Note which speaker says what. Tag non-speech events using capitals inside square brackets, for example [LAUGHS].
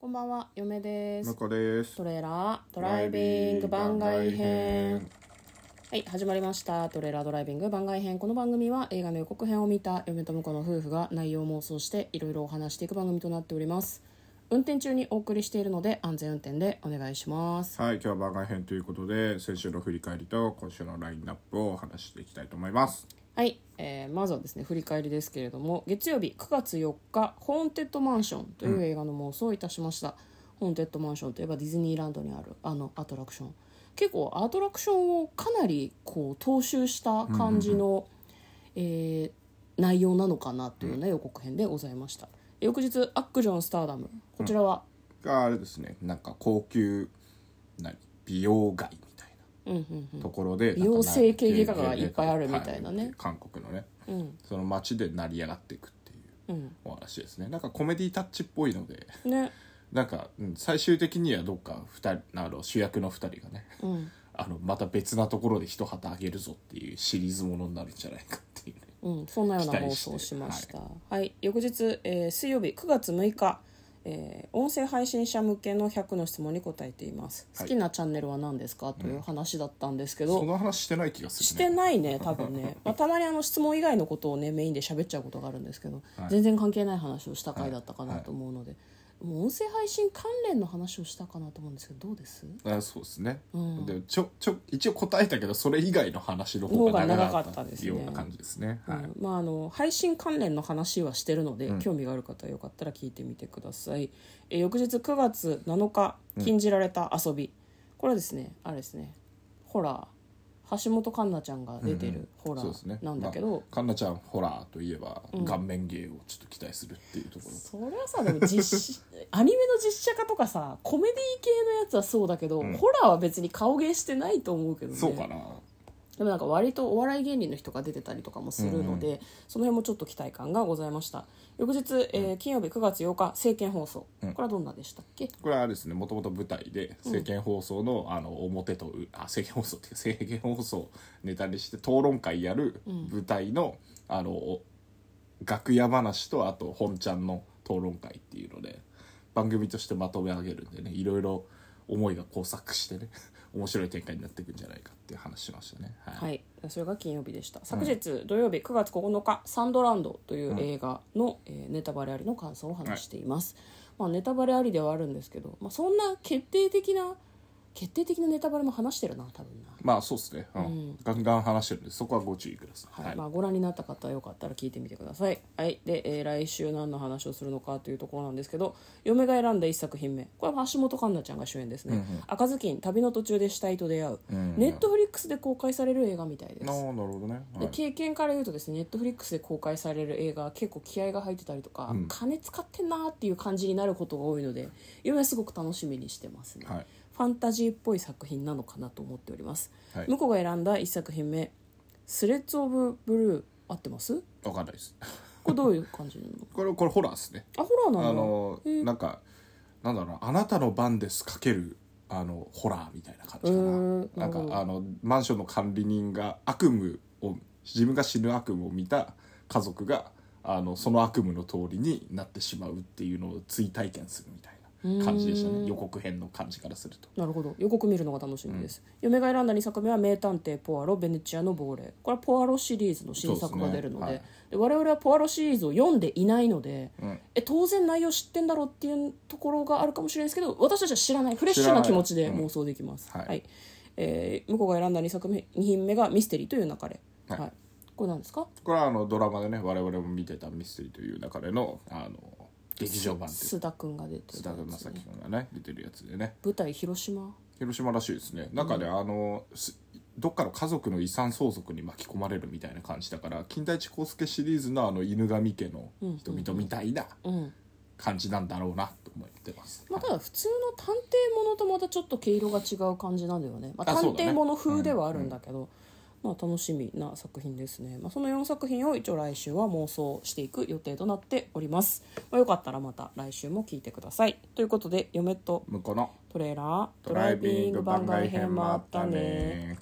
Speaker 1: こんばんは、嫁です。
Speaker 2: 中です
Speaker 1: トレーラードライビング番外編。はい、始まりました。トレーラードライビング番外編。この番組は映画の予告編を見た嫁と婿の夫婦が内容妄想していろいろお話していく番組となっております。運転中にお送りしているので安全運転でお願いします。
Speaker 2: はい今日は番外編ということで先週の振り返りと今週のラインナップをお話していきたいと思います
Speaker 1: はい、えーまずはですね、振り返りですけれども、月曜日9月4日、ホーンテッドマンションという映画の妄想をいたしました。ホーンテッドマンションといえばディズニーランドにあるあのアトラクション。結構アトラクションをかなりこう踏襲した感じの、えー内容なのかなというような予告編でございました。翌日、アックジョンスターダム。こちらは、
Speaker 2: があれですねなんか高級何美容街みたい
Speaker 1: うんうん
Speaker 2: なところで、
Speaker 1: 美容整形外科が
Speaker 2: なんか
Speaker 1: いっぱいあるみたいなね
Speaker 2: は韓国のね
Speaker 1: うん
Speaker 2: その街で成り上がっていくっていう
Speaker 1: うん
Speaker 2: お話ですねなんかコメディタッチっぽいので
Speaker 1: うん。ね。
Speaker 2: なんか、うん最終的にはどっか二人あの主役の2人がね
Speaker 1: うん
Speaker 2: [LAUGHS] あのまた別なところで一旗あげるぞっていうシリーズものになるんじゃないかっていうね
Speaker 1: うん、そんなような妄想をしました。はい、翌日、えー水曜日9月6日、えー音声配信者向けの100の質問に答えています。
Speaker 2: は
Speaker 1: 好
Speaker 2: い
Speaker 1: きなチャンネルは何ですかという話だったんですけど、
Speaker 2: その話してない気がする、ね、
Speaker 1: してないね、多分ね。まあ、たまにあの質問以外のことをね、メインで喋っちゃうことがあるんですけど、
Speaker 2: はい
Speaker 1: 全然関係ない話をした回だったかなと思うので、もう音声配信関連の話をしたかなと思うんですけど、どうです
Speaker 2: あそうですね、
Speaker 1: うん
Speaker 2: でちょちょ一応答えたけどそれ以外の話の方が長かったっていうような感じですねはい、
Speaker 1: うんまああの配信関連の話はしてるので、
Speaker 2: うん
Speaker 1: 興味がある方はよかったら聞いてみてくださいえー翌日9月7日禁じられた遊び、これはですねあれですねホラー橋本環奈ちゃんが出てるホラ
Speaker 2: そうですね
Speaker 1: ーなんだけど、
Speaker 2: まあ、かんなちゃんホラーといえば、顔面芸をちょっと期待するっていうところ
Speaker 1: それはさでも実写 [LAUGHS] アニメの実写化とかさコメディ系のやつはそうだけど、
Speaker 2: ん
Speaker 1: ホラーは別に顔芸してないと思うけどね
Speaker 2: そうかな、
Speaker 1: でもなんか割とお笑い芸人の人が出てたりとかもするので、その辺もちょっと期待感がございました翌日、えー金曜日9月8日政見放送、
Speaker 2: うん
Speaker 1: これはどんなでしたっけ
Speaker 2: これはですねもともと舞台で政見放送の,、あの表とうあ政見放送っていうか政見放送をネタにして討論会やる舞台の,、あのお楽屋話とあと本ちゃんの討論会っていうので番組としてまとめ上げるんでねいろいろ思いが交錯してね面白い展開になっていくんじゃないかっていう話しましたね。はい
Speaker 1: はいそれが金曜日でした昨日土曜日9月9日「サンドランド」という映画の、えーネタバレありの感想を話しています、まあ、ネタバレありではあるんですけど、まあ、そんな決定的な決定的なネタバレも話してるな多分な
Speaker 2: まあそうですね、うんガンガン話してるんでそこはご注意ください。
Speaker 1: はいまあ、ご覧になった方はよかったら聞いてみてください、はいでえー来週何の話をするのかというところなんですけど嫁が選んだ一作品目これは橋本環奈ちゃんが主演ですね「赤ずきん旅の途中で死体と出会う」
Speaker 2: ん
Speaker 1: ネットフリックスで公開される映画みたいです
Speaker 2: ななるほどね、は
Speaker 1: で
Speaker 2: い
Speaker 1: 経験から言うとですねネットフリックスで公開される映画は結構気合が入ってたりとか、金使ってんなーっていう感じになることが多いので嫁はすごく楽しみにしてますね、
Speaker 2: はい
Speaker 1: ファンタジーっぽい作品なのかなと思っております、
Speaker 2: はい
Speaker 1: 向こうが選んだ一作品目「スレッズ・オブ・ブルー」合ってます
Speaker 2: わかんないです。
Speaker 1: これどういう感じなの
Speaker 2: これこれホラーですね。
Speaker 1: あホラーなんだ
Speaker 2: あのなんかなんだろうなあなたの番ですかけるあのホラーみたいな感じか
Speaker 1: へーな
Speaker 2: ななん
Speaker 1: るほど
Speaker 2: かあのマンションの管理人が悪夢を自分が死ぬ悪夢を見た家族があのその悪夢の通りになってしまうっていうのを追体験するみたいな感じでしたね予告編の感じからすると
Speaker 1: なるほど予告見るのが楽しみです、嫁が選んだ2作目は「名探偵ポアロベネチアの亡霊」これはポアロシリーズの新作が出るので
Speaker 2: そうです
Speaker 1: で我々はポアロシリーズを読んでいないので、
Speaker 2: ん
Speaker 1: え当然内容知ってんだろうっていうところがあるかもしれないですけど私たちは知らないフレッシュな気持ちで妄想できます、
Speaker 2: はい
Speaker 1: えー向こうが選んだ2作目2品目が「ミステリーという流れ」
Speaker 2: はい
Speaker 1: はい、これなんですか
Speaker 2: これはあのドラマでね我々も見てた「ミステリー」という中でのあの劇場版という
Speaker 1: 須田君が出てる
Speaker 2: 須田将暉君がね出てるやつでね
Speaker 1: 舞台広島
Speaker 2: 広島らしいですねなんかね、あのすどっかの家族の遺産相続に巻き込まれるみたいな感じだから金田一耕助シリーズのあの犬神家の人々みたいな
Speaker 1: うん
Speaker 2: 感じなんだろうなと思ってます、
Speaker 1: まあ、ただ普通の探偵ものとまたちょっと毛色が違う感じなんだよね、まあ、
Speaker 2: あ
Speaker 1: 探
Speaker 2: そうだね
Speaker 1: 偵もの風ではあるんだけどまあ、楽しみな作品ですね、まあ、その4作品を一応来週は妄想していく予定となっております、まあ、よかったらまた来週も聞いてくださいということで嫁と
Speaker 2: 向こうの
Speaker 1: トレーラー
Speaker 2: ドライビング番外編もあったね